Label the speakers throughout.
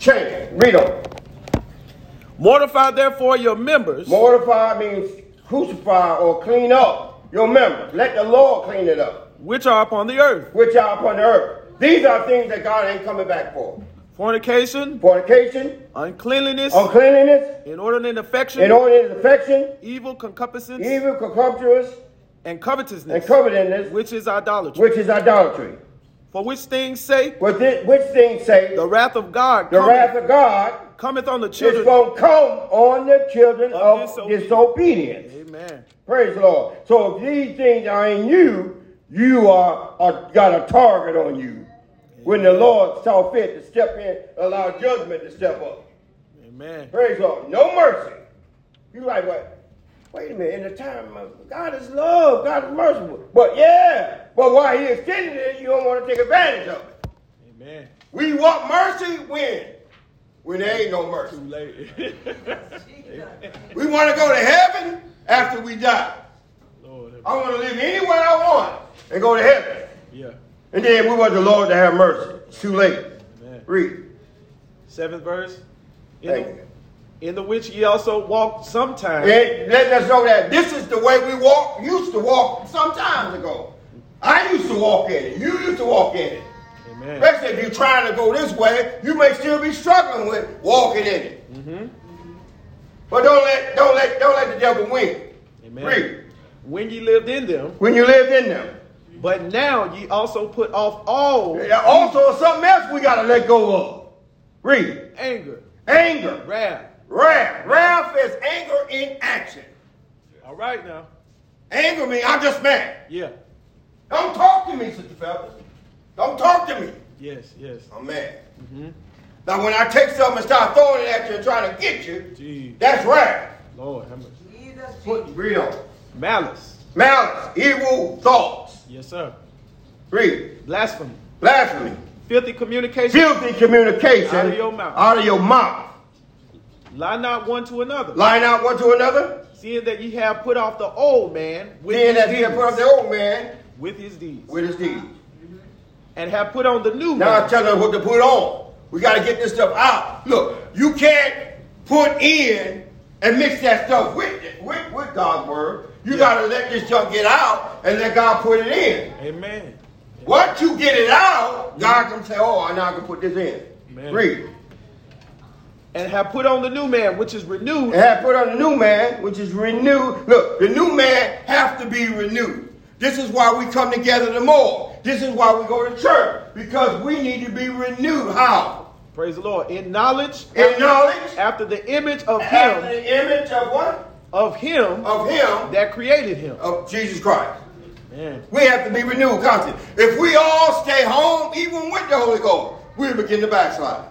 Speaker 1: Change. Read them.
Speaker 2: Mortify therefore your members
Speaker 1: Mortify means crucify or clean up your members. Let the Lord clean it up,
Speaker 2: which are upon the earth
Speaker 1: which are upon the earth. These are things that God ain't coming back for.
Speaker 2: fornication,
Speaker 1: Fornication,
Speaker 2: uncleanliness,
Speaker 1: Oh. uncleanliness,
Speaker 2: inordinate affection,
Speaker 1: inordinate affection,
Speaker 2: evil concupiscence,
Speaker 1: evil, contemptuous,
Speaker 2: and
Speaker 1: and
Speaker 2: covetousness,
Speaker 1: covetousness,
Speaker 2: which is idolatry.
Speaker 1: which is idolatry.
Speaker 2: For which things sake
Speaker 1: But thi- which things say
Speaker 2: the wrath of God
Speaker 1: the
Speaker 2: cometh,
Speaker 1: wrath of God
Speaker 2: cometh on the children.
Speaker 1: is going to come on the children
Speaker 2: Of
Speaker 1: of
Speaker 2: disobedience.
Speaker 1: disobedience.
Speaker 2: Amen.
Speaker 1: Praise the Lord. So if these things are in you, you are, are got a target on you. When the Lord saw fit to step in, allow judgment to step up.
Speaker 2: Amen.
Speaker 1: Praise the Lord. No mercy. You like what? Wait a minute. In the time, of, God is love. God is merciful. But yeah, but while He extended it, you don't want to take advantage of it.
Speaker 2: Amen.
Speaker 1: We want mercy when, when there ain't no mercy.
Speaker 2: Too late.
Speaker 1: We want to go to heaven after we die.
Speaker 2: Lord, have-
Speaker 1: I want to live anywhere I want and go to heaven.
Speaker 2: yeah.
Speaker 1: And then we want the Lord to have mercy. It's too late.
Speaker 2: Amen.
Speaker 1: Read.
Speaker 2: Seventh verse. In
Speaker 1: Thank
Speaker 2: the, in the which ye also walked sometime.
Speaker 1: It let us know that this is the way we walk, used to walk some times ago. I used to walk in it. You used to walk in it.
Speaker 2: Amen.
Speaker 1: Especially if you're trying to go this way, you may still be struggling with walking in it.
Speaker 2: Mm-hmm.
Speaker 1: But don't let don't let don't let the devil win.
Speaker 2: Amen.
Speaker 1: Read.
Speaker 2: When ye lived in them,
Speaker 1: When you lived in them.
Speaker 2: but now ye also put off all
Speaker 1: Also something else we gotta let go of. Read.
Speaker 2: anger,
Speaker 1: Anger.
Speaker 2: wrath.
Speaker 1: Wrath. Wrath is anger in action.
Speaker 2: All right now.
Speaker 1: Anger me, I'm just mad.
Speaker 2: Yeah.
Speaker 1: Don't talk to me, Sister Phelps. Don't talk to me.
Speaker 2: Yes. Yes.
Speaker 1: I'm mad.
Speaker 2: Mm-hmm.
Speaker 1: Now, when I take something and start throwing it at you and trying to get you,
Speaker 2: Jeez.
Speaker 1: that's wrath.
Speaker 2: Lord, have mercy.
Speaker 3: Jesus,
Speaker 1: Put- Read on.
Speaker 2: Malice.
Speaker 1: Malice, evil thoughts.
Speaker 2: Yes, sir.
Speaker 1: Read.
Speaker 2: Blasphemy.
Speaker 1: Blasphemy.
Speaker 2: Filthy communication.
Speaker 1: Filthy communication
Speaker 2: Out of your mouth.
Speaker 1: out of your mouth.
Speaker 2: Lie not one to another.
Speaker 1: Line out one to another.
Speaker 2: Seeing that ye have put off the old man with
Speaker 1: Then that
Speaker 2: his
Speaker 1: you
Speaker 2: deeds.
Speaker 1: put up the old man
Speaker 2: with his deeds.
Speaker 1: with his deed.
Speaker 2: and have put on the new
Speaker 1: Now I'm
Speaker 2: man.
Speaker 1: telling them what to put on. We got to get this stuff out. Look, you can't put in and mix that stuff with with, with God's word. You got to let this stuff get out and let God put it in.
Speaker 2: Amen.
Speaker 1: Once you get it out, God can say, "Oh, now I can put this in."
Speaker 2: Amen.
Speaker 1: Read.
Speaker 2: And have put on the new man, which is
Speaker 1: And
Speaker 2: renewed.
Speaker 1: have put on the new man, which is renewed. Look, the new man have to be renewed. This is why we come together the more. This is why we go to church because we need to be renewed. How?
Speaker 2: Praise the Lord. In knowledge,
Speaker 1: In knowledge.
Speaker 2: after the image of
Speaker 1: After
Speaker 2: him,
Speaker 1: the image of what?
Speaker 2: of him
Speaker 1: Of him,
Speaker 2: that created him.
Speaker 1: of Jesus Christ.
Speaker 2: Man.
Speaker 1: We have to be renewed constantly. If we all stay home, even with the Holy Ghost, we begin to backslide.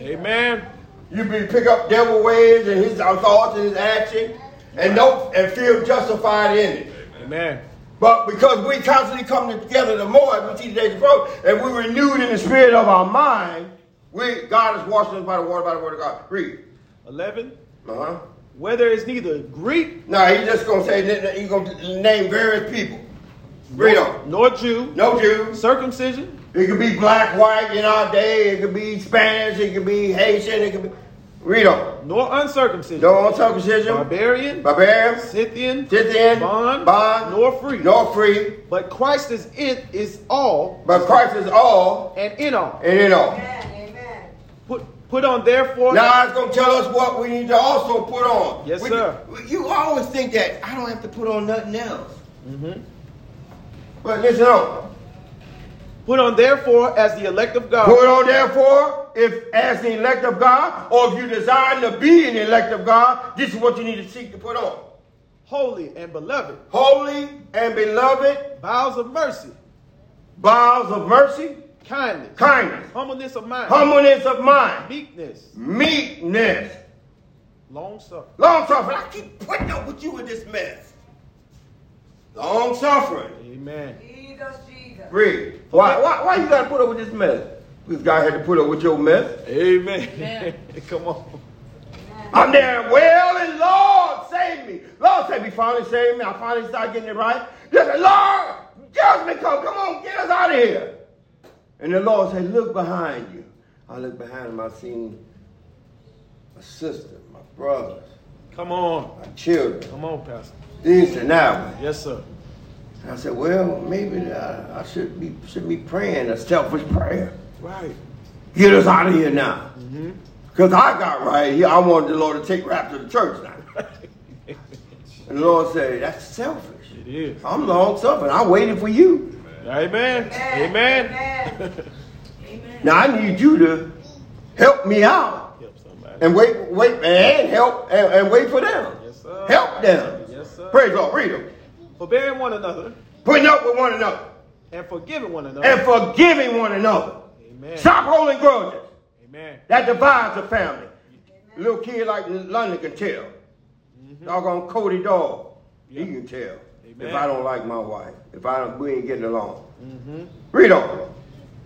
Speaker 2: Amen.
Speaker 1: You be pick up devil ways and his thoughts and his action, and don't and feel justified in it.
Speaker 2: Amen.
Speaker 1: But because we constantly come together, the more as we teach today's growth, and we're renewed in the spirit of our mind, we God is washing us by the water, by the word of God. Read.
Speaker 2: 11.
Speaker 1: Uh huh.
Speaker 2: Where there is neither Greek
Speaker 1: Now he's just gonna say he's gonna name various people. Read on.
Speaker 2: nor Jew,
Speaker 1: No Jews.
Speaker 2: circumcision,
Speaker 1: It could be black, white in our day. It could be Spanish. It could be Haitian. It could be. Read on.
Speaker 2: nor uncircumcision,
Speaker 1: No uncircumcision.
Speaker 2: barbarian,
Speaker 1: Barbarian.
Speaker 2: Scythian,
Speaker 1: Scythian.
Speaker 2: bond,
Speaker 1: Bond.
Speaker 2: nor free.
Speaker 1: Nor free.
Speaker 2: But Christ is in is all
Speaker 1: But Christ is all
Speaker 2: and in all.
Speaker 1: and in all.
Speaker 3: amen, amen.
Speaker 2: Put put on therefore
Speaker 1: Now it's gonna tell us what we need to also put on.
Speaker 2: Yes,
Speaker 1: We-
Speaker 2: sir.
Speaker 1: You always think that I don't have to put on nothing else.
Speaker 2: Mm-hmm.
Speaker 1: But listen on.
Speaker 2: put on therefore as the elect of God.
Speaker 1: Put on therefore, if as the elect of God, or if you desire to be an elect of God, this is what you need to seek to put on.
Speaker 2: holy and beloved,
Speaker 1: Holy and beloved,
Speaker 2: bowels of mercy,
Speaker 1: bowels of mercy,
Speaker 2: kindness,
Speaker 1: kindness,
Speaker 2: humbleness of mind,
Speaker 1: humbleness of mind,
Speaker 2: meekness,
Speaker 1: meekness,
Speaker 2: long suffering.
Speaker 1: long suffering. I keep putting up with you in this mess. Long suffering.
Speaker 2: Amen.
Speaker 3: Jesus, Jesus.
Speaker 1: Read. Why, why, why you gotta put up with this mess? Because God had to put up with your mess.
Speaker 2: Amen.
Speaker 3: Amen.
Speaker 2: Come on.
Speaker 1: I'm there wailing, Lord, save me. Lord, save me. Finally, save me. I finally start getting it right. Listen, Lord, judgment come. Come on, get us out of here. And the Lord said, look behind you. I looked behind him, I seen my sister, my brothers,
Speaker 2: Come on.
Speaker 1: my children.
Speaker 2: Come on, Pastor.
Speaker 1: These and that.
Speaker 2: Yes, sir.
Speaker 1: And I said, well, maybe I, I should be should be praying a selfish prayer.
Speaker 2: Right.
Speaker 1: Get us out of here now. Because I got right here. I wanted the Lord to take rapture to the church now. and the Lord said, that's selfish.
Speaker 2: It is.
Speaker 1: I'm long suffering. I waited for you.
Speaker 2: Amen.
Speaker 3: Amen.
Speaker 2: Amen.
Speaker 1: Now I need you to help me out
Speaker 2: Help somebody.
Speaker 1: and wait, wait, and help and, and wait for them.
Speaker 2: Yes, sir.
Speaker 1: Help them.
Speaker 2: Yes, sir.
Speaker 1: Praise the Lord. Read them.
Speaker 2: Forbearing one another
Speaker 1: Putting up with one another
Speaker 2: and forgiving one another.
Speaker 1: and forgiving one another.
Speaker 2: Amen.
Speaker 1: Stop holding grudges.
Speaker 2: Amen.
Speaker 1: That divides a family. Little kid like London can tell. Doggone Cody Dog.
Speaker 2: Mm-hmm. Yeah.
Speaker 1: He can tell. If
Speaker 2: Amen.
Speaker 1: I don't like my wife, if I don't, we ain't getting along.
Speaker 2: Mm-hmm.
Speaker 1: Read on.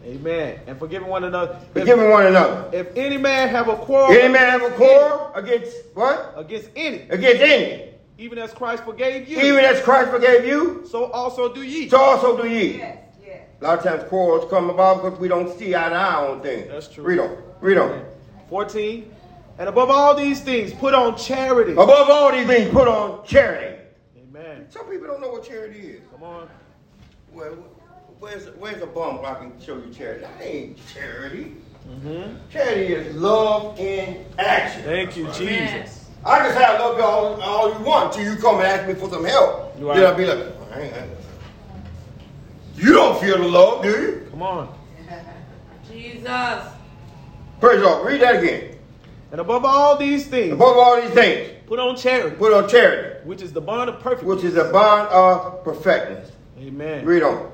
Speaker 2: Amen. And forgiving one another. If,
Speaker 1: Forgiving one another.
Speaker 2: if any man have a quarrel
Speaker 1: Any man have a quarrel against what?
Speaker 2: against any,
Speaker 1: Against any.
Speaker 2: even as Christ forgave you,
Speaker 1: Even as Christ forgave you,
Speaker 2: so also do ye.
Speaker 1: so also do ye.
Speaker 3: Yes, yes.
Speaker 1: A lot of times quarrels come about because we don't see eye to eye on things.
Speaker 2: That's true.
Speaker 1: Read on. Read on.
Speaker 2: 14. And above all these things, put on charity.
Speaker 1: Above all these things, put on charity.
Speaker 2: Amen.
Speaker 1: Some people don't know what charity is.
Speaker 2: Come on.
Speaker 1: Well, where's where's a bum where I can show you charity? That ain't charity. Mm-hmm. Charity is love in action.
Speaker 2: Thank you, Jesus.
Speaker 1: I can say I love you all, all you want till you come and ask me for some help.
Speaker 2: You are-
Speaker 1: Then I'll be like, I ain't, I ain't. you don't feel the love, do you?
Speaker 2: Come on.
Speaker 4: Jesus.
Speaker 1: Praise the Lord. Read that again.
Speaker 2: And above all these things,
Speaker 1: Above all these things,
Speaker 2: put on charity,
Speaker 1: put on charity,
Speaker 2: which is the bond of perfect.
Speaker 1: which is a bond of perfectness.
Speaker 2: Amen.
Speaker 1: Read on.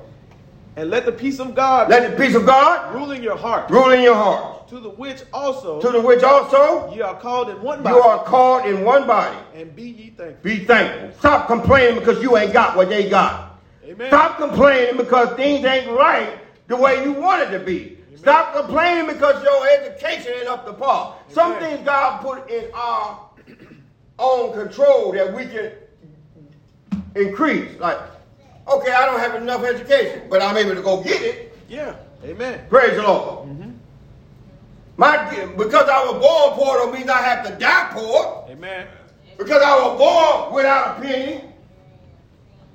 Speaker 2: And let the peace of God
Speaker 1: Let the peace of God
Speaker 2: rule in your heart,
Speaker 1: rule in your heart,
Speaker 2: to the which also
Speaker 1: to the which also
Speaker 2: ye are called in one body,
Speaker 1: you are called in one body.
Speaker 2: and be ye thankful.
Speaker 1: Be thankful. Stop complaining because you ain't got what they got.
Speaker 2: Amen.
Speaker 1: Stop complaining because things ain't right the way you want it to be. Stop complaining because your education ain't up to par. Some
Speaker 2: Amen.
Speaker 1: things God put in our own control that we can increase. Like, okay, I don't have enough education, but I'm able to go get it.
Speaker 2: Yeah. Amen.
Speaker 1: Praise the Lord.
Speaker 2: Mm-hmm.
Speaker 1: My because I was born poor don't mean I have to die poor.
Speaker 2: Amen.
Speaker 1: Because I was born without a penny,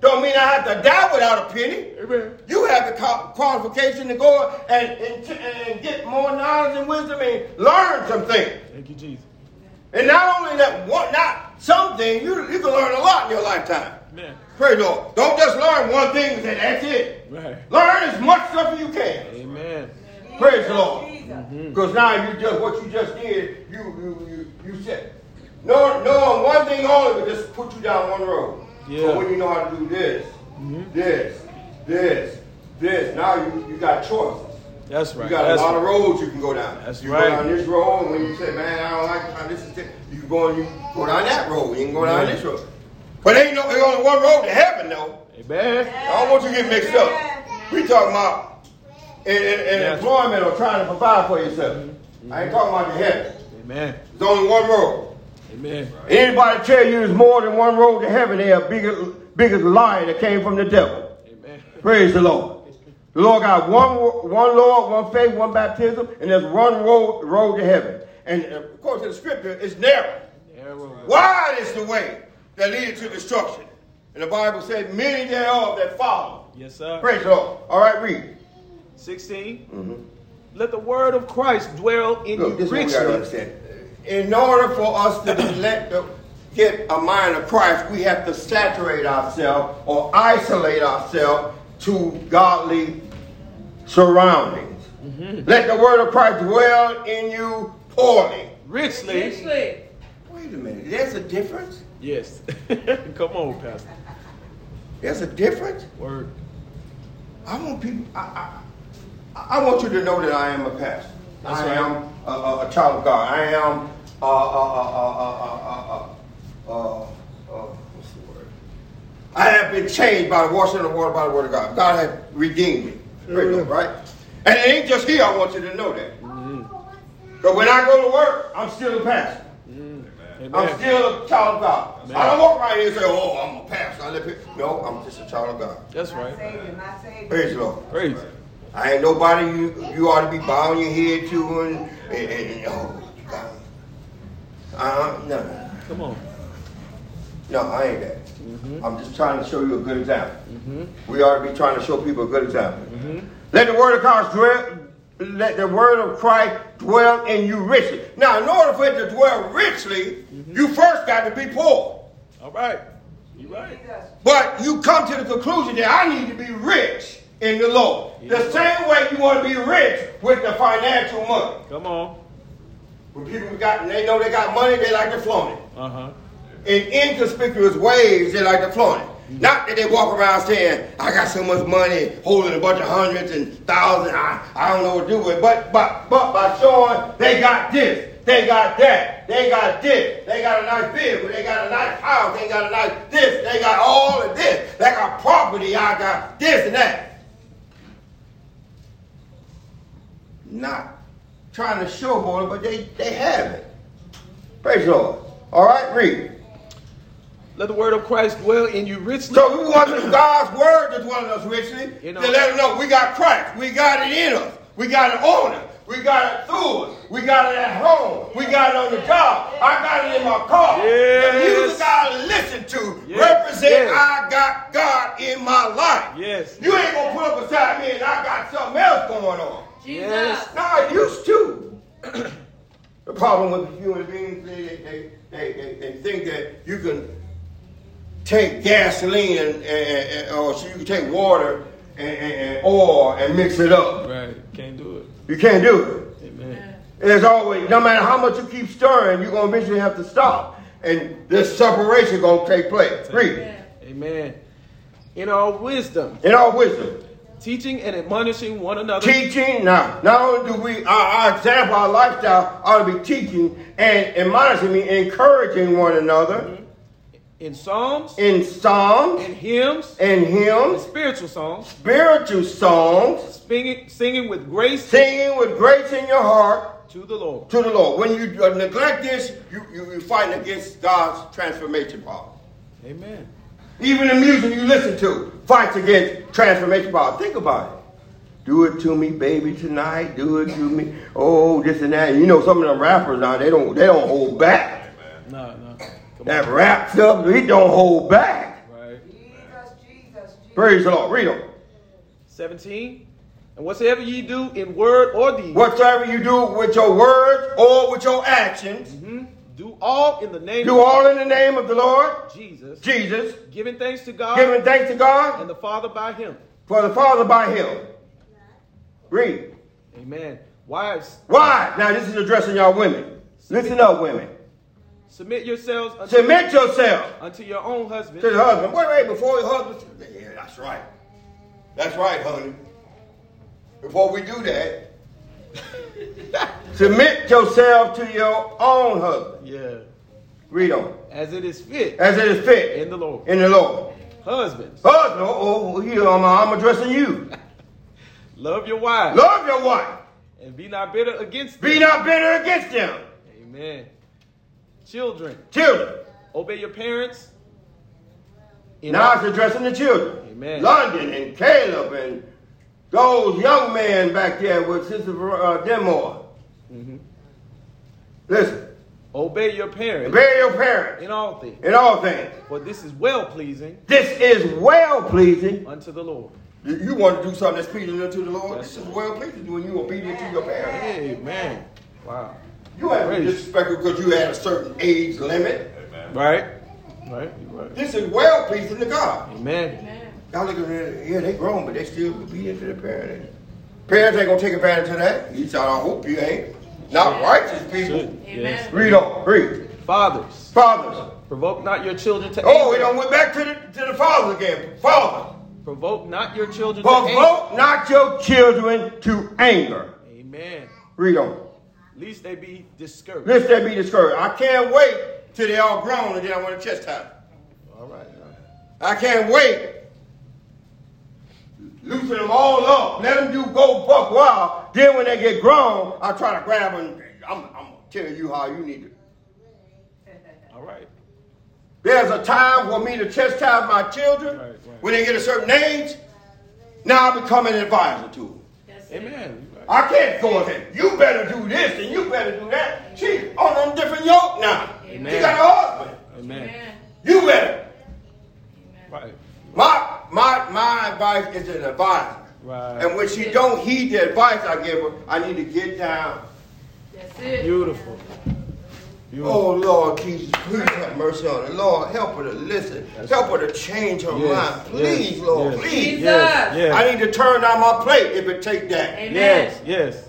Speaker 1: don't mean I have to die without a penny.
Speaker 2: Amen.
Speaker 1: You have the qual- qualification to go and, and, t- and get more knowledge and wisdom and learn some things.
Speaker 2: Thank you, Jesus.
Speaker 1: And not only that, one, not something, you, you can learn a lot in your lifetime.
Speaker 2: Amen.
Speaker 1: Praise the Lord. Don't just learn one thing and say, that's it.
Speaker 2: Right.
Speaker 1: Learn as much stuff as you can.
Speaker 2: Amen.
Speaker 1: Praise the Lord. Mm-hmm.
Speaker 3: Jesus.
Speaker 2: Hmm.
Speaker 1: Because now you just, what you just did, you, you, you, you said. No, no, one thing only, but just put you down one road.
Speaker 2: Yeah. Mm-hmm.
Speaker 1: So when you know how to do this, this, this, this, now you, you got choices.
Speaker 2: That's right.
Speaker 1: You got
Speaker 2: That's
Speaker 1: a lot of
Speaker 2: right.
Speaker 1: roads you can go down.
Speaker 2: That's
Speaker 1: you
Speaker 2: right.
Speaker 1: go down this road, and when you say, man, I don't like how this is, it," you can go, and you go down that road. You can go down
Speaker 2: Yeah.
Speaker 1: this road. But ain't no, there's only one road to heaven, though.
Speaker 2: Amen.
Speaker 1: I don't want you to get mixed up. We talking about in, in, in
Speaker 2: Yes.
Speaker 1: employment or trying to provide for yourself. I ain't talking about your heaven.
Speaker 2: Amen.
Speaker 1: There's only one road.
Speaker 2: Amen.
Speaker 1: Anybody tell you there's more than one road to heaven, they're a bigger, biggest liar that came from the devil.
Speaker 2: Amen.
Speaker 1: Praise the Lord. The Lord got one, wo- one Lord, one faith, one baptism, and there's one road, road to heaven. And uh, according to the scripture, it's narrow.
Speaker 2: Arrow.
Speaker 1: Wide is the way that leads to destruction. And the Bible said, many thereof that follow.
Speaker 2: Yes, sir.
Speaker 1: Praise the Lord. All right, read.
Speaker 2: 16. Let the word of Christ dwell in
Speaker 1: Mm-hmm. Look, this
Speaker 2: you
Speaker 1: is what we gotta
Speaker 2: richly.
Speaker 1: understand. In order for us to let the, get a mind of Christ, we have to saturate ourselves or isolate ourselves to godly surroundings. Let the word of Christ dwell in you poorly.
Speaker 2: Richly.
Speaker 4: Richly.
Speaker 1: Wait a minute, there's a difference?
Speaker 2: Yes. Come on, Pastor.
Speaker 1: There's a difference?
Speaker 2: Word.
Speaker 1: I want people, I, I, I want you to know that I am a pastor.
Speaker 2: That's
Speaker 1: I
Speaker 2: right.
Speaker 1: am a, a, a child of God. I am a, a, a, a, a, a, a, a, a, what's the word? I have been changed by the washing of the water by the word of God. God has redeemed me. Praise
Speaker 2: Mm-hmm.
Speaker 1: the Lord, right? And it ain't just here, I want you to know that.
Speaker 2: Mm-hmm.
Speaker 1: But when I go to work, I'm still a pastor. I'm
Speaker 2: Amen.
Speaker 1: still a child of God.
Speaker 2: Amen.
Speaker 1: I don't walk around here and say, oh, I'm a pastor. I live here. No, I'm just a child of God.
Speaker 2: That's
Speaker 3: My
Speaker 2: right.
Speaker 3: Savior, my Savior.
Speaker 1: Praise the Lord.
Speaker 2: Praise.
Speaker 1: I I ain't nobody you, you ought to be bowing your head to and, and, and oh, God. Uh, no,
Speaker 2: Come on.
Speaker 1: no, I ain't that. I'm just trying to show you a good example. We ought to be trying to show people a good example. Let the word of Christ dwell. Let the word of Christ dwell in you richly. Now, in order for it to dwell richly, you first got to be poor.
Speaker 2: All right. You right.
Speaker 3: Jesus.
Speaker 1: But you come to the conclusion that I need to be rich in the Lord. The same way you want to be rich with the financial money.
Speaker 2: Come on.
Speaker 1: When people got, they know they got money, they like to flaunt it.
Speaker 2: Uh huh.
Speaker 1: In inconspicuous ways, they like to flaunt it. Not that they walk around saying, I got so much money, holding a bunch of hundreds and thousands, I, I don't know what to do with it. But, but, but by showing they got this, they got that, they got this, they got a nice vehicle, they got a nice house, they got a nice this, they got all of this, they got property, I got this and that. Not trying to showboat it, but they, they have it. Praise the Lord. All right, read.
Speaker 2: Let the word of Christ dwell in you richly.
Speaker 1: So we want God's word to dwell in us richly.
Speaker 2: You know-
Speaker 1: to let us know we got Christ. We got it in us. We got it on us. We got it through us. We got it at home. We got it on the job. I got it in my car. The
Speaker 2: Yes.
Speaker 1: music I listen to
Speaker 2: Yes.
Speaker 1: represent
Speaker 2: Yes.
Speaker 1: I got God in my life.
Speaker 2: Yes.
Speaker 1: You ain't gonna put up beside me and I got something else going on.
Speaker 4: Jesus.
Speaker 2: Yes.
Speaker 1: Now I used to. the problem with human beings, they, they, they, they, they, they think that you can take gasoline and, and, and- or so you can take water and, and, and oil and mix it up.
Speaker 2: Right. Can't do
Speaker 1: You can't do
Speaker 2: it. Amen.
Speaker 1: it. There's always, no matter how much you keep stirring, you're gonna eventually have to stop, and this separation gonna take place. Read.
Speaker 4: Yeah.
Speaker 2: Amen. In all wisdom,
Speaker 1: In all wisdom,
Speaker 2: teaching and admonishing one another.
Speaker 1: teaching. Now, not only do we our, our example, our lifestyle ought to be teaching and admonishing, me, encouraging one another
Speaker 2: in psalms,
Speaker 1: in psalms
Speaker 2: in hymns,
Speaker 1: and
Speaker 2: in
Speaker 1: hymns,
Speaker 2: spiritual songs,
Speaker 1: spiritual songs,
Speaker 2: singing, singing with grace
Speaker 1: singing with grace in your heart
Speaker 2: to the Lord.
Speaker 1: to the Lord. When you uh, neglect this, you you you fighting against God's transformation power.
Speaker 2: Amen.
Speaker 1: Even the music you listen to fights against transformation power. Think about it. Do it to me, baby, tonight. Do it to me. Oh, this and that. You know, some of them rappers now they don't they don't hold back.
Speaker 2: No, no. Come
Speaker 1: That rap stuff, he don't hold back.
Speaker 2: on. Right.
Speaker 3: Jesus, Jesus, Jesus.
Speaker 1: Praise the Lord. Read them.
Speaker 2: 17. And whatsoever ye do in word or deed,
Speaker 1: Whatsoever you do with your words or with your actions,
Speaker 2: mhm, do all in the name
Speaker 1: do all in the name of the Lord
Speaker 2: of Jesus,
Speaker 1: Jesus,
Speaker 2: giving thanks to God
Speaker 1: giving thanks to God
Speaker 2: and the Father by him.
Speaker 1: for the Father by Him. Read.
Speaker 2: Amen. Wives,
Speaker 1: Why? Now this is addressing y'all women. Listen up, women.
Speaker 2: submit yourselves unto,
Speaker 1: Submit yourself
Speaker 2: unto your own
Speaker 1: to the
Speaker 2: husband
Speaker 1: husband. Wait, wait, before the husband. Yeah, that's right. That's right, honey. Before we do that, submit yourself to your own husband.
Speaker 2: yeah,
Speaker 1: Read on.
Speaker 2: as it is fit
Speaker 1: As it is fit
Speaker 2: in the Lord.
Speaker 1: in the Lord.
Speaker 2: Husbands,
Speaker 1: Husband, oh, here I'm, I'm addressing you.
Speaker 2: love your wives
Speaker 1: Love your wife.
Speaker 2: and be not bitter against them.
Speaker 1: Be not bitter against them.
Speaker 2: Amen. Children,
Speaker 1: Children.
Speaker 2: obey your parents. In
Speaker 1: Now
Speaker 2: all-
Speaker 1: it's addressing the children.
Speaker 2: Amen.
Speaker 1: London and Caleb and those young men back there with Sister Ver- uh, Demore.
Speaker 2: Mhm.
Speaker 1: Listen,
Speaker 2: obey your parents
Speaker 1: obey your parents
Speaker 2: in all things,
Speaker 1: in all things.
Speaker 2: for this is well pleasing
Speaker 1: This is well pleasing.
Speaker 2: unto the Lord.
Speaker 1: You, you want to do something that's pleasing unto the Lord?
Speaker 2: That's
Speaker 1: this is well pleasing when you obedient to your parents.
Speaker 2: Amen. Wow.
Speaker 1: You haven't
Speaker 2: Praise.
Speaker 1: disrespected because you had a certain age limit.
Speaker 2: Right? Right? You right.
Speaker 1: This is well pleasing to God.
Speaker 2: Amen.
Speaker 1: Y'all look at them, yeah, they grown, but they still obedient to their parents. Parents ain't gonna take advantage of that. You said, I hope you ain't. Not righteous people.
Speaker 2: Should. Yes.
Speaker 4: Amen.
Speaker 1: Read on, read.
Speaker 2: Fathers,
Speaker 1: Fathers.
Speaker 2: provoke not your children to
Speaker 1: Oh, we
Speaker 2: anger.
Speaker 1: done went back to the to the fathers again. Fathers.
Speaker 2: Provoke not your children to anger.
Speaker 1: Provoke not your children to anger.
Speaker 2: Amen.
Speaker 1: Read on.
Speaker 2: Least they be discouraged.
Speaker 1: Lest they be discouraged. I can't wait till they all grown and then I want to chastise. them.
Speaker 2: All right.
Speaker 1: I can't wait. Loosen them all up. Let them do go buck wild. Then when they get grown, I try to grab them. I'm, I'm gonna tell you how you need to.
Speaker 2: All right.
Speaker 1: There's a time for me to chastise my children
Speaker 2: Right, right.
Speaker 1: when they get a certain age. Now I become an advisor to them.
Speaker 4: Yeah.
Speaker 2: Amen.
Speaker 1: I can't go and say, you better do this and you better do that. She on a different yoke now. She
Speaker 2: Amen.
Speaker 1: got a husband.
Speaker 2: Amen.
Speaker 4: Amen.
Speaker 1: You better.
Speaker 2: Right.
Speaker 1: My my my advice is an advice.
Speaker 2: Right.
Speaker 1: And when she don't heed the advice I give her, I need to get down.
Speaker 4: That's it.
Speaker 2: Beautiful. Beautiful.
Speaker 1: Oh Lord Jesus, please have mercy on her. Lord, help her to listen.
Speaker 2: That's
Speaker 1: help her to change her
Speaker 2: Yes,
Speaker 1: mind. Please,
Speaker 2: yes,
Speaker 1: Lord,
Speaker 2: yes,
Speaker 1: please.
Speaker 2: Yes.
Speaker 4: Jesus.
Speaker 1: I
Speaker 2: Yes.
Speaker 1: need to turn down my plate if it take that.
Speaker 4: Amen.
Speaker 2: Yes. Yes.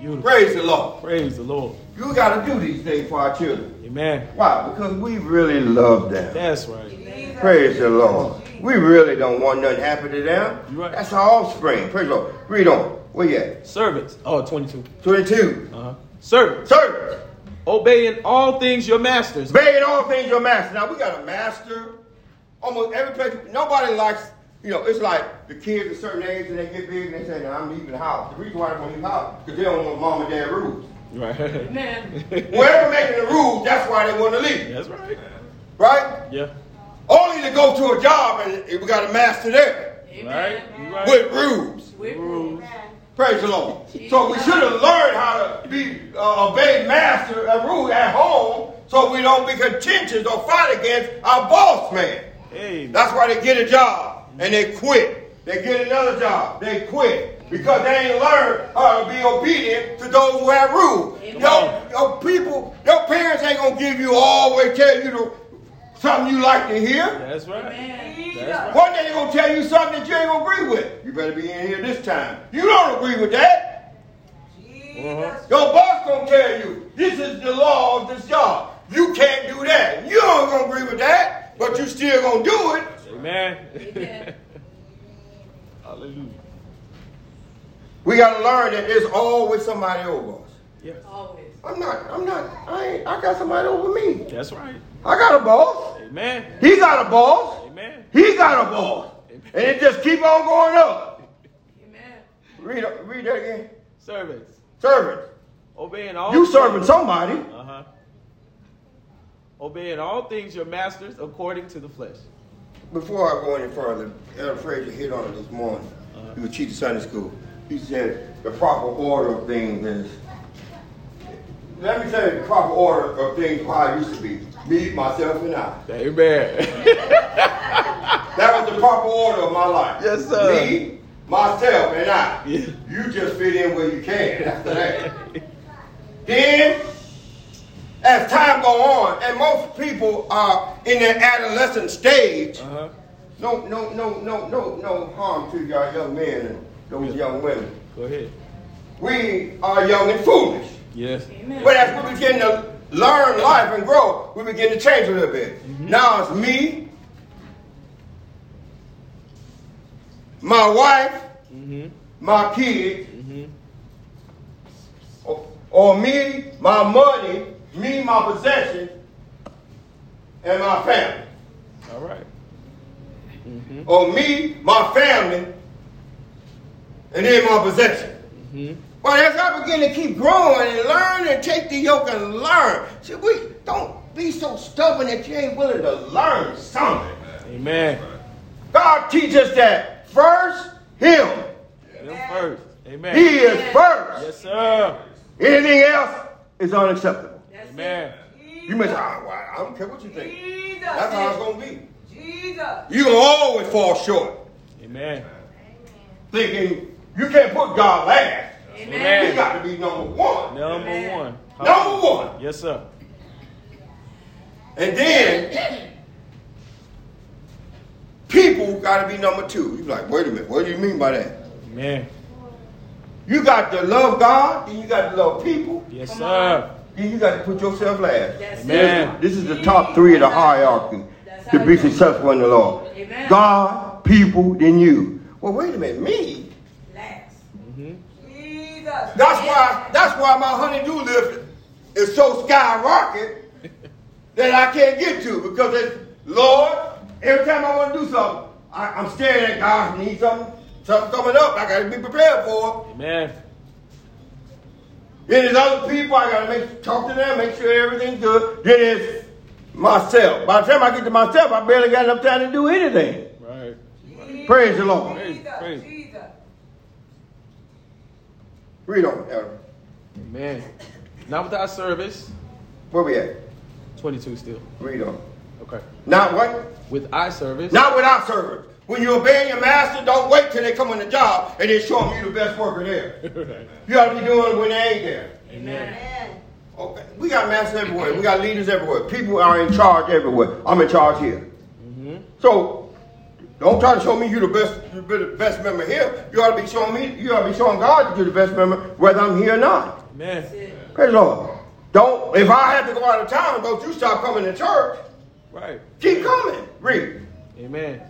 Speaker 2: Beautiful.
Speaker 1: Praise the Lord.
Speaker 2: Praise the Lord.
Speaker 1: You gotta do these things for our children.
Speaker 2: Amen.
Speaker 1: Why? Because we really love them.
Speaker 2: That's right.
Speaker 3: Jesus,
Speaker 1: Praise the
Speaker 3: Jesus,
Speaker 1: Lord.
Speaker 3: Jesus.
Speaker 1: We really don't want nothing happen to them.
Speaker 2: You right.
Speaker 1: That's our offspring. Praise the Lord. Read on. Where you at?
Speaker 2: Servants. Oh, 22.
Speaker 1: 22.
Speaker 2: Uh-huh. Servants.
Speaker 1: Servants,
Speaker 2: Obey in all things your masters.
Speaker 1: obey in all things your master. Now, we got a master. Almost every place, nobody likes, you know, it's like the kids at a certain age and they get big and they say, no, I'm leaving the house. The reason why they want to leave the house because they don't want mom and dad rules.
Speaker 2: Right.
Speaker 4: Amen.
Speaker 1: Whoever making the rules, that's why they want to leave,
Speaker 2: That's right.
Speaker 1: right?
Speaker 2: Yeah.
Speaker 1: Only to go to a job and we got a master there
Speaker 2: Right.
Speaker 4: Amen.
Speaker 2: You right.
Speaker 1: with rules.
Speaker 4: With rules.
Speaker 3: Amen.
Speaker 1: Praise the Lord. So we should have learned how to be uh, obey master and rule at home, so we don't be contentious or fight against our boss man.
Speaker 2: Hey.
Speaker 1: That's why they get a job and they quit. They get another job, they quit because they ain't learned how to be obedient to those who have rule.
Speaker 4: Amen.
Speaker 1: Your, your people, your parents ain't gonna give you always tell you the, something you like to hear.
Speaker 2: That's right.
Speaker 4: Amen.
Speaker 2: That's right.
Speaker 1: One day they gonna tell you something that you ain't gonna agree with. You better be in here this time. You don't agree with that.
Speaker 3: Jesus,
Speaker 1: Your boss gonna tell you this is the law of this job. You can't do that. You don't gonna agree with that, but you still gonna do it.
Speaker 2: Amen.
Speaker 4: Amen.
Speaker 2: Hallelujah.
Speaker 1: We gotta learn that there's always somebody over us.
Speaker 2: Yes.
Speaker 4: Always.
Speaker 1: I'm not. I'm not. I ain't. I got somebody over me.
Speaker 2: That's right.
Speaker 1: I got a boss.
Speaker 2: Amen.
Speaker 1: He got a boss.
Speaker 2: Amen.
Speaker 1: He got a boss. And it just keep on going up.
Speaker 4: Amen.
Speaker 1: Read. Read that again.
Speaker 2: Servants.
Speaker 1: Servant.
Speaker 2: Obeying all
Speaker 1: You serving somebody.
Speaker 2: Uh-huh. Obeying all things your masters according to the flesh.
Speaker 1: Before I go any further, Elder Frazier hit on it this morning. He was teaching Sunday school. He said the proper order of things is. Let me tell you the proper order of things how it used to be. Me, myself, and I.
Speaker 2: Amen.
Speaker 1: That was the proper order of my life.
Speaker 2: Yes, sir.
Speaker 1: Me, myself, and I.
Speaker 2: Yeah.
Speaker 1: You just fit in where you can. After that. Then, as time go on, and most people are in their adolescent stage,
Speaker 2: uh-huh.
Speaker 1: no, no, no, no, no, no harm to y'all young men and those young women.
Speaker 2: Go ahead.
Speaker 1: We are young and foolish.
Speaker 2: Yes.
Speaker 4: Amen.
Speaker 1: But as we begin to learn life and grow, we begin to change a little bit. Now it's me, my wife,
Speaker 2: Mm-hmm.
Speaker 1: my kids,
Speaker 2: Mm-hmm.
Speaker 1: or, or me, my money, me, my possessions, and my family.
Speaker 2: All right. Mm-hmm.
Speaker 1: Or me, my family, and then my possessions.
Speaker 2: Mm-hmm.
Speaker 1: But as I begin to keep growing and learn and take the yoke and learn, see, we don't be so stubborn that you ain't willing to learn something.
Speaker 2: Amen.
Speaker 1: God teaches us that first Him.
Speaker 2: Them first. Amen.
Speaker 1: He is first.
Speaker 2: Yes, sir.
Speaker 1: Anything else is unacceptable.
Speaker 4: That's it.
Speaker 2: Amen.
Speaker 1: You may say, "Ah, well, I don't care what you think.
Speaker 3: Jesus,
Speaker 1: That's how it's gonna be.
Speaker 3: Jesus,
Speaker 1: You gonna always fall short,
Speaker 2: Amen.
Speaker 1: thinking you can't put God last.
Speaker 4: Amen.
Speaker 1: He got to be number one.
Speaker 2: Number
Speaker 4: Amen.
Speaker 2: one.
Speaker 1: Number one.
Speaker 2: Yes, sir.
Speaker 1: And then people got to be number two. You're like, wait a minute, what do you mean by that?
Speaker 2: Amen.
Speaker 1: You got to love God, then you got to love people,
Speaker 2: Yes,
Speaker 4: Come
Speaker 2: sir.
Speaker 1: then you got to put yourself last.
Speaker 4: That's
Speaker 2: Amen.
Speaker 1: This is the top three of the hierarchy to be successful in the Lord.
Speaker 4: Amen.
Speaker 1: God, people, then you. Well, wait a minute, me.
Speaker 4: it. Last.
Speaker 2: Mm-hmm.
Speaker 3: Jesus,
Speaker 1: That's why. That's why my honeydew list is so skyrocket that I can't get to because it's Lord. Every time I want to do something, I, I'm staring at God. Need something. Something coming up. I got to be prepared for.
Speaker 2: Amen.
Speaker 1: it. Then there's other people. I got to make talk to them, make sure everything's good. Then it's myself. By the time I get to myself, I barely got enough time to do anything.
Speaker 2: Right.
Speaker 1: Praise the Lord.
Speaker 3: Jesus,
Speaker 2: Praise, praise.
Speaker 3: Jesus,
Speaker 1: Read on, Elder.
Speaker 2: Amen. Not without service.
Speaker 1: Where we at?
Speaker 2: 22 still.
Speaker 1: Read on.
Speaker 2: Okay.
Speaker 1: Not what?
Speaker 2: With eye service.
Speaker 1: Not without service. When you obey your master, don't wait till they come on the job and then show them you the best worker there. You ought to be doing it when they ain't there.
Speaker 2: Amen.
Speaker 1: Okay. We got masters everywhere. We got leaders everywhere. People are in charge everywhere. I'm in charge here. So don't try to show me you the best you the best member here. You ought to be showing me you ought to be showing God that you're the best member, whether I'm here or not.
Speaker 2: Amen.
Speaker 4: That's it.
Speaker 1: Praise the Lord. Don't if I have to go out of town, don't you stop coming to church.
Speaker 2: Right.
Speaker 1: Keep coming. Read.
Speaker 2: Amen.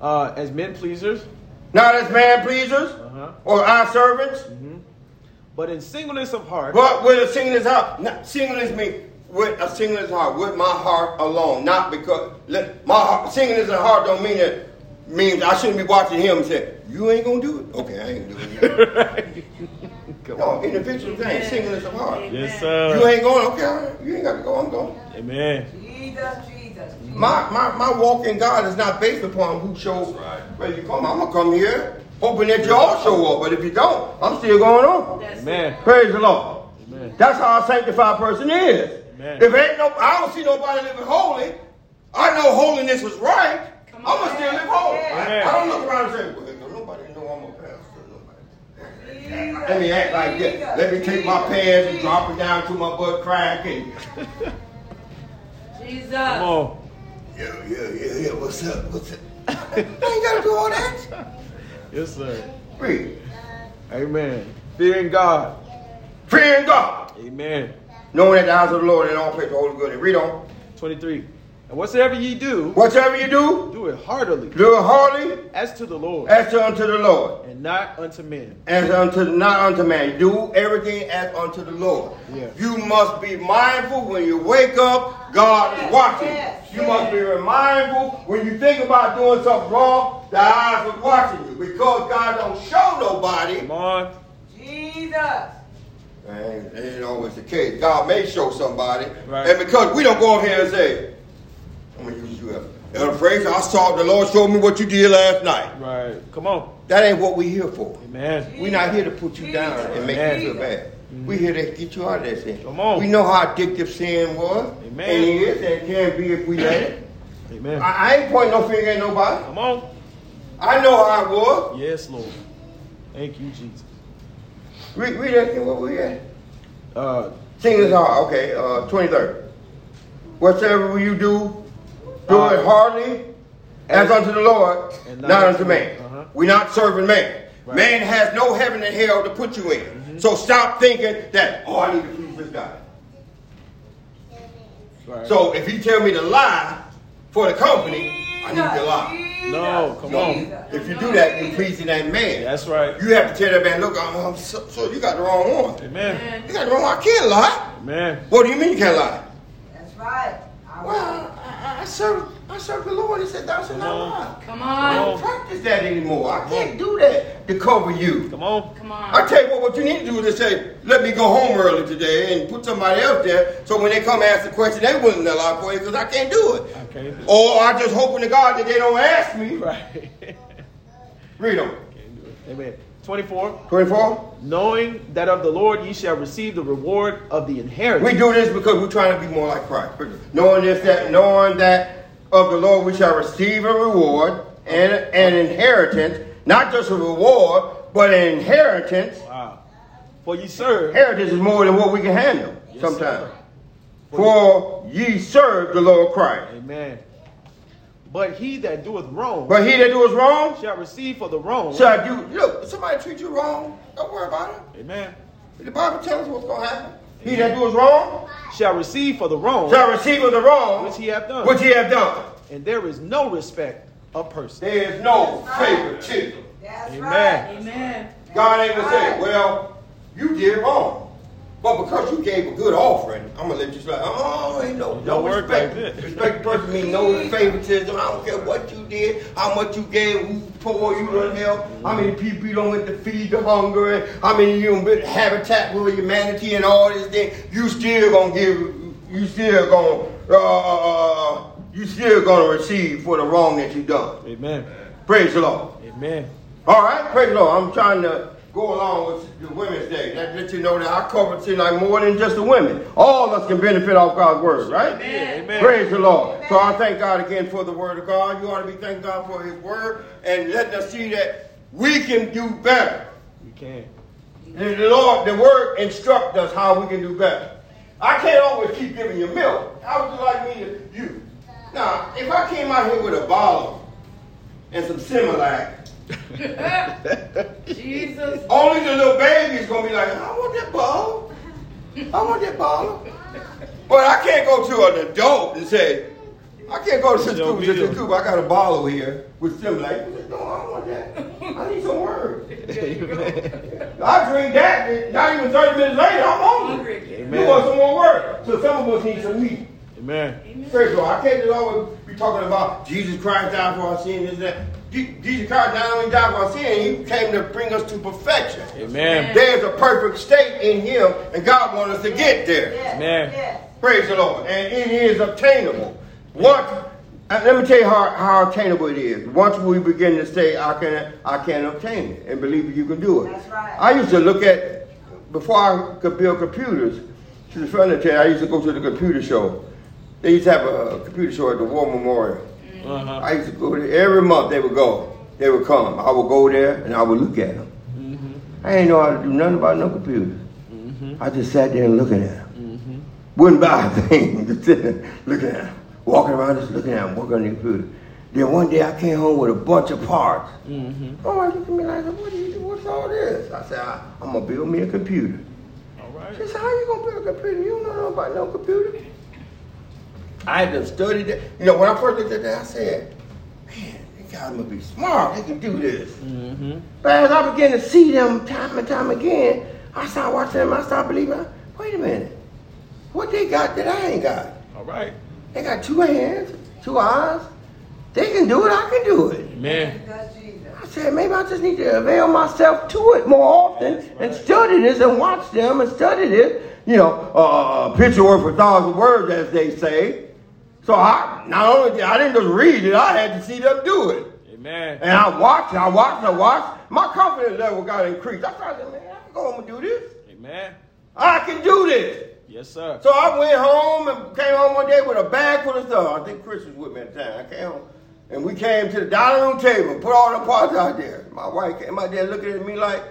Speaker 2: Uh, as men pleasers,
Speaker 1: Not as man pleasers
Speaker 2: Uh-huh.
Speaker 1: or our servants,
Speaker 2: but in singleness of heart.
Speaker 1: but with a singleness heart. Not, singleness means with a singleness heart, with my heart alone, not because let, my heart, singleness of heart don't mean that means I shouldn't be watching him and say you ain't gonna do it. Okay, I ain't doing it.
Speaker 2: Go
Speaker 1: no, individual thing, singleness of heart.
Speaker 2: Yes,
Speaker 1: You
Speaker 2: sir.
Speaker 1: ain't going. Okay, all right, you ain't got to go. I'm going.
Speaker 2: Amen.
Speaker 3: Jesus, Jesus, Jesus.
Speaker 1: My, my, my walk in God is not based upon who shows where you come. I'm gonna come here hoping that you all show up, but if you don't, I'm still going on.
Speaker 4: That's
Speaker 2: Amen.
Speaker 1: Praise the Lord.
Speaker 2: Amen.
Speaker 1: That's how a sanctified person is.
Speaker 2: Amen.
Speaker 1: If ain't no, I don't see nobody living holy. I know holiness is right. I'm
Speaker 4: Come on.
Speaker 1: gonna still live holy. I,
Speaker 2: Amen.
Speaker 1: I don't look around and say, well, don't nobody know I'm a pastor. Nobody.
Speaker 3: Jesus.
Speaker 1: Let me act like this. Let me take my
Speaker 3: Jesus,
Speaker 1: pants and
Speaker 3: Jesus.
Speaker 1: drop it down to my butt crack and
Speaker 4: it. Jesus.
Speaker 2: Come on.
Speaker 1: yeah, yeah, yeah, yeah. What's up? What's up? I ain't gotta do all that.
Speaker 2: Yes, sir.
Speaker 1: Read.
Speaker 2: Amen. Fearing God.
Speaker 1: Fearing God,
Speaker 2: Amen.
Speaker 1: knowing that the eyes of the Lord and all places are holy good. And read on.
Speaker 2: 23. And whatsoever ye do,
Speaker 1: Whatever you do,
Speaker 2: do it heartily,
Speaker 1: do it heartily
Speaker 2: as to the Lord,
Speaker 1: as unto the Lord.
Speaker 2: and not unto men.
Speaker 1: as unto not unto man. Do everything as unto the Lord.
Speaker 2: Yeah.
Speaker 1: You must be mindful when you wake up. God is
Speaker 3: Yes,
Speaker 1: watching.
Speaker 3: yes,
Speaker 1: you must be mindful when you think about doing something wrong. The eyes are watching you because God don't show nobody.
Speaker 2: Come on.
Speaker 3: Jesus.
Speaker 1: And it ain't always the case. God may show somebody,
Speaker 2: Right.
Speaker 1: and because we don't go out here and say, "I'm gonna use you." as- Elder Fraser, I saw the Lord showed me what you did last night.
Speaker 2: Right. Come on.
Speaker 1: That ain't what we here for.
Speaker 2: Amen.
Speaker 1: We're not here to put you down and make you feel bad. We're here to get you out of that sin.
Speaker 2: Mm-hmm. Come on.
Speaker 1: We know how addictive sin was.
Speaker 2: Amen.
Speaker 1: And it is and can be if we let it. I,
Speaker 2: Amen.
Speaker 1: I ain't pointing no finger at nobody.
Speaker 2: Come on.
Speaker 1: I know how it was.
Speaker 2: Yes, Lord. Thank you, Jesus.
Speaker 1: Read, read that thing. What we at?
Speaker 2: Uh,
Speaker 1: Sing this hard. Okay, uh, 23rd. Whatsoever you do, do
Speaker 2: Uh,
Speaker 1: it heartily as
Speaker 2: as-
Speaker 1: unto the Lord,
Speaker 2: and
Speaker 1: not, unto man.
Speaker 2: Uh-huh.
Speaker 1: We're not serving man.
Speaker 2: Right. Mm-hmm.
Speaker 1: Man has no heaven and hell to put you in. So stop thinking that, oh, I need to please this guy.
Speaker 2: right.
Speaker 1: So if you tell me to lie for the company, I need to lie.
Speaker 3: Jesus,
Speaker 2: No, come on.
Speaker 3: Jesus.
Speaker 1: If you do that, you're pleasing that man.
Speaker 2: That's right.
Speaker 1: You have to tell that man, look, I'm, I'm so, so you got the wrong one.
Speaker 2: Amen.
Speaker 1: You
Speaker 4: Amen.
Speaker 1: got the wrong one. I can't lie.
Speaker 2: Amen.
Speaker 1: What do you mean you can't lie?
Speaker 3: That's right. I
Speaker 1: Well, I, I- I serve I serve the Lord. He said, thou shalt not lie.
Speaker 2: Come on.
Speaker 4: Come
Speaker 1: I
Speaker 4: on.
Speaker 1: don't practice that anymore. I can't do that to cover you.
Speaker 2: Come on.
Speaker 4: Come on.
Speaker 1: I tell you what, what you need to do is just say, let me go home early today and put somebody else there so when they come ask the question, they wouldn't allow for it because I can't do it.
Speaker 2: Okay.
Speaker 1: Or I just hoping to God that they don't ask me.
Speaker 2: Right.
Speaker 1: Read them.
Speaker 2: Amen. 24.
Speaker 1: 24.
Speaker 2: Knowing that of the Lord ye shall receive the reward of the inheritance.
Speaker 1: We do this because we're trying to be more like Christ. Knowing this, that, knowing that of the Lord we shall receive a reward and an inheritance, not just a reward, but an inheritance.
Speaker 2: Wow. For ye serve.
Speaker 1: Inheritance is more than what we can handle
Speaker 2: Yes,
Speaker 1: sometimes.
Speaker 2: sir.
Speaker 1: For ye serve the Lord Christ.
Speaker 2: Amen. But he that doeth wrong
Speaker 1: But he that doeth wrong
Speaker 2: shall receive for the wrong.
Speaker 1: shall do. Look, if somebody treat you wrong, don't worry about
Speaker 2: Amen.
Speaker 1: it. The Bible tells us what's going to happen. He that doeth wrong
Speaker 2: Shall receive for the wrong
Speaker 1: shall receive of the wrong
Speaker 2: which he hath done.
Speaker 1: which he hath done.
Speaker 2: and there is no respect of person.
Speaker 1: There is no favoritism.
Speaker 3: That's
Speaker 2: Amen.
Speaker 3: right.
Speaker 4: Amen.
Speaker 1: God ain't gonna say, well, you did wrong. But because you gave a good offering, I'm gonna let you slide. Oh, ain't no, no
Speaker 2: Don't work
Speaker 1: respect.
Speaker 2: like that.
Speaker 1: Respect person means no favoritism. I don't care what you did, how much you gave, who poor you done help, how many people you done went to feed the hungry, how many you done been habitat with humanity and all this thing. You still gonna give, you still gonna, uh, you still gonna receive for the wrong that you done.
Speaker 2: Amen.
Speaker 1: Praise the Lord.
Speaker 2: Amen.
Speaker 1: All right, praise the Lord. I'm trying to go along with the Women's Day. That let you know that our cover tonight more than just the women. All of us can benefit off God's word, right?
Speaker 2: Amen.
Speaker 1: Praise the Lord. So I thank God again for the word of God. You ought to be thanking God for his word and letting us see that we can do better.
Speaker 2: You can.
Speaker 1: The Lord, the word instruct us how we can do better. I can't always keep giving you milk. How would you like me to you? Now, if I came out here with a bottle and some Similac,
Speaker 4: Jesus.
Speaker 1: only the little baby is gonna be like, I want that bottle. I want that bottle. But I can't go to an adult and say, I can't go to Sister
Speaker 2: Yo,
Speaker 1: Cooper, Sister
Speaker 2: Bill.
Speaker 1: Cooper, I got a bottle here with Similac. No, I don't want that. I need some words. I drink that, and not even 30 minutes later, I'm hungry.
Speaker 4: Hungry again.
Speaker 1: You want some more work. So some of us need some meat.
Speaker 2: Amen.
Speaker 1: Praise the Lord. I can't just always be talking about Jesus Christ died for our sin, this, that. Je- Jesus Christ not only died for our sin, he came to bring us to perfection.
Speaker 2: Amen.
Speaker 1: There's a perfect state in him, and God wants us to get there.
Speaker 3: Yes.
Speaker 2: Man.
Speaker 3: Yes.
Speaker 1: Praise the Lord. And it is obtainable. Once, uh, let me tell you how, how obtainable it is. Once we begin to say, I can I can obtain it, and believe that you can do it.
Speaker 3: That's right.
Speaker 1: I used to look at, before I could build computers, to the furniture, I used to go to the computer show. They used to have a computer show at the War Memorial.
Speaker 2: Uh-huh.
Speaker 1: I used to go there every month. They would go. They would come. I would go there and I would look at them. I ain't know how to do nothing about no computer. I just sat there and looking at them. Wouldn't buy a thing. just sitting there looking at them. Walking around just looking at them, working on the computer. Then one day I came home with a bunch of parts. Oh, I looked at me like, what do you do? What's all this? I said, I, I'm gonna build me a computer.
Speaker 2: All right.
Speaker 1: She said, how you gonna build a computer? You don't know about no computer. I had to study that. You know, when I first looked at that, I said, man, these guys must be smart. They can do this.
Speaker 2: Mm-hmm.
Speaker 1: But as I began to see them time and time again, I started watching them. I started believing, I- wait a minute. What they got that I ain't got?
Speaker 2: All right.
Speaker 1: They got two hands, two eyes. They can do it. I can do it.
Speaker 2: Amen.
Speaker 3: That's Jesus.
Speaker 1: I said, maybe I just need to avail myself to it more often and study this and watch them and study this. You know, uh, a picture worth a thousand words, as they say. So I not only did, I didn't just read it, I had to see them do it.
Speaker 2: Amen.
Speaker 1: And I watched, I watched, I watched. My confidence level got increased. I thought, man, I can go home and do this.
Speaker 2: Amen.
Speaker 1: I can do this.
Speaker 2: Yes, sir.
Speaker 1: So I went home and came home one day with a bag full of stuff. I think Chris was with me at the time. I came home. And we came to the dining room table, put all the parts out there. My wife came out there looking at me like,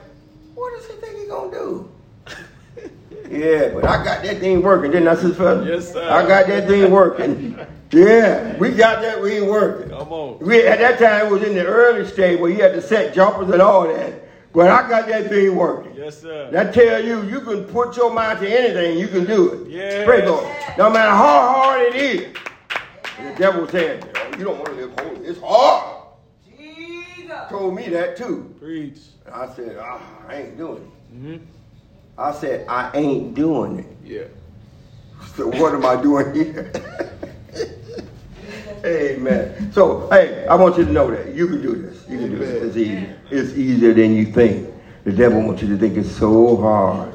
Speaker 1: what does he think he gonna do? yeah, but I got that thing working, didn't I, Sister Feather?
Speaker 2: Yes, sir.
Speaker 1: I got that thing working. yeah, we got that thing working.
Speaker 2: Come on.
Speaker 1: We, at that time, it was in the early stage where you had to set jumpers and all that. But I got that thing working.
Speaker 2: Yes, sir.
Speaker 1: I tell you, you can put your mind to anything, you can do it.
Speaker 2: Yes.
Speaker 1: Praise the Lord. No matter how hard it is. The devil said, "Oh, you don't want to live holy. It's hard.
Speaker 3: Jesus.
Speaker 1: Told me that too.
Speaker 2: Preach.
Speaker 1: And I said, ah, I ain't doing it.
Speaker 2: Mm-hmm.
Speaker 1: I said, I ain't doing it.
Speaker 2: Yeah.
Speaker 1: So what am I doing here? Amen. So hey, I want you to know that you can do this. You can do this. It's easy. It's easier than you think. The devil wants you to think it's so hard.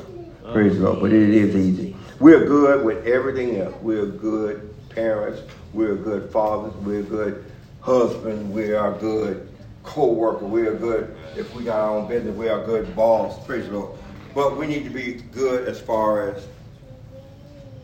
Speaker 1: Praise the Lord. But it is easy. We're good with everything else. We're good parents. We're good fathers. We're good husbands. We are good co-worker. We are good if we got our own business. We are good boss. Praise the Lord. But we need to be good as far as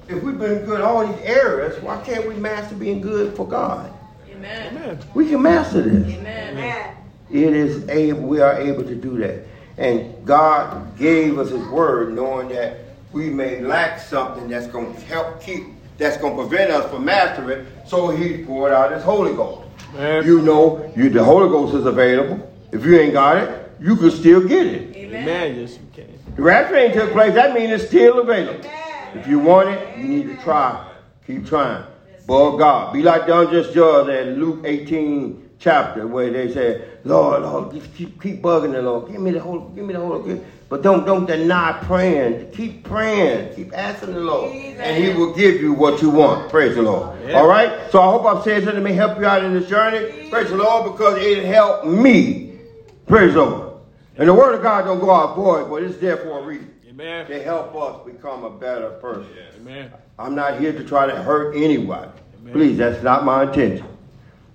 Speaker 1: if we've been good in all these areas, why can't we master being good for God?
Speaker 4: Amen.
Speaker 2: Amen.
Speaker 1: We can master this.
Speaker 4: Amen.
Speaker 3: Amen.
Speaker 1: It is able, we are able to do that. And God gave us his word knowing that we may lack something that's going to help keep, that's going to prevent us from mastering. So he poured out his Holy Ghost.
Speaker 2: Amen.
Speaker 1: You know, you, the Holy Ghost is available. If you ain't got it, you can still get it.
Speaker 4: Amen.
Speaker 2: Amen. Yes, you can.
Speaker 1: The rapture ain't took place. That means it's still available.
Speaker 3: Amen.
Speaker 1: If you want it, you need to try. Keep trying. But God, be like the unjust judge in Luke 18 chapter where they said, Lord, Lord, just keep keep bugging the Lord. Give me the whole, give me the whole. Give, but don't don't deny praying. Keep praying. Keep asking the Lord. And He will give you what you want. Praise the Lord.
Speaker 2: Amen.
Speaker 1: All right? So I hope I've said something that may help you out in this journey. Praise the Lord, because it helped me. Praise the Lord. And the word of God don't go out void, but it's there for a reason.
Speaker 2: Amen.
Speaker 1: To help us become a better person.
Speaker 2: Amen.
Speaker 1: I'm not here to try to hurt anybody.
Speaker 2: Amen.
Speaker 1: Please, that's not my intention.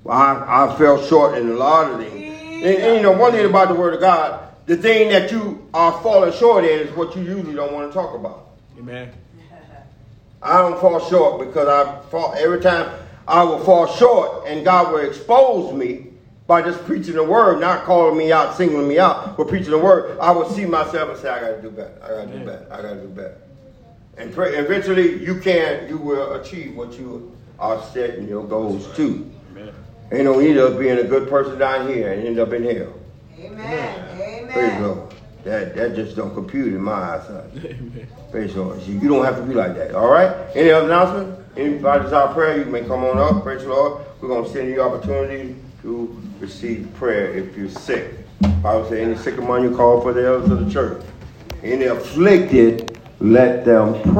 Speaker 1: Well, I, I fell short in a lot of things. And, and you know, one thing about the Word of God, the thing that you are falling short at is what you usually don't want to talk about.
Speaker 2: Amen.
Speaker 1: I don't fall short because I fall every time I will fall short and God will expose me by just preaching the word, not calling me out, singling me out, but preaching the word. I will see myself and say, I gotta do better. I gotta do
Speaker 2: Amen.
Speaker 1: better. I gotta do better. And pray, eventually you can, you will achieve what you are setting your goals to.
Speaker 2: Amen.
Speaker 1: Ain't no need of being a good person down here and end up in hell.
Speaker 3: Amen. Amen.
Speaker 1: Praise the Lord. That that just don't compute in my eyesight.
Speaker 2: Amen.
Speaker 1: Praise the Lord. See, you don't have to be like that. All right. Any other announcement? Anybody desire prayer? You may come on up. Praise the Lord. We're gonna send you opportunity to receive prayer if you're sick. Bible say any sick among you call for the elders of the church. Any afflicted, let them pray.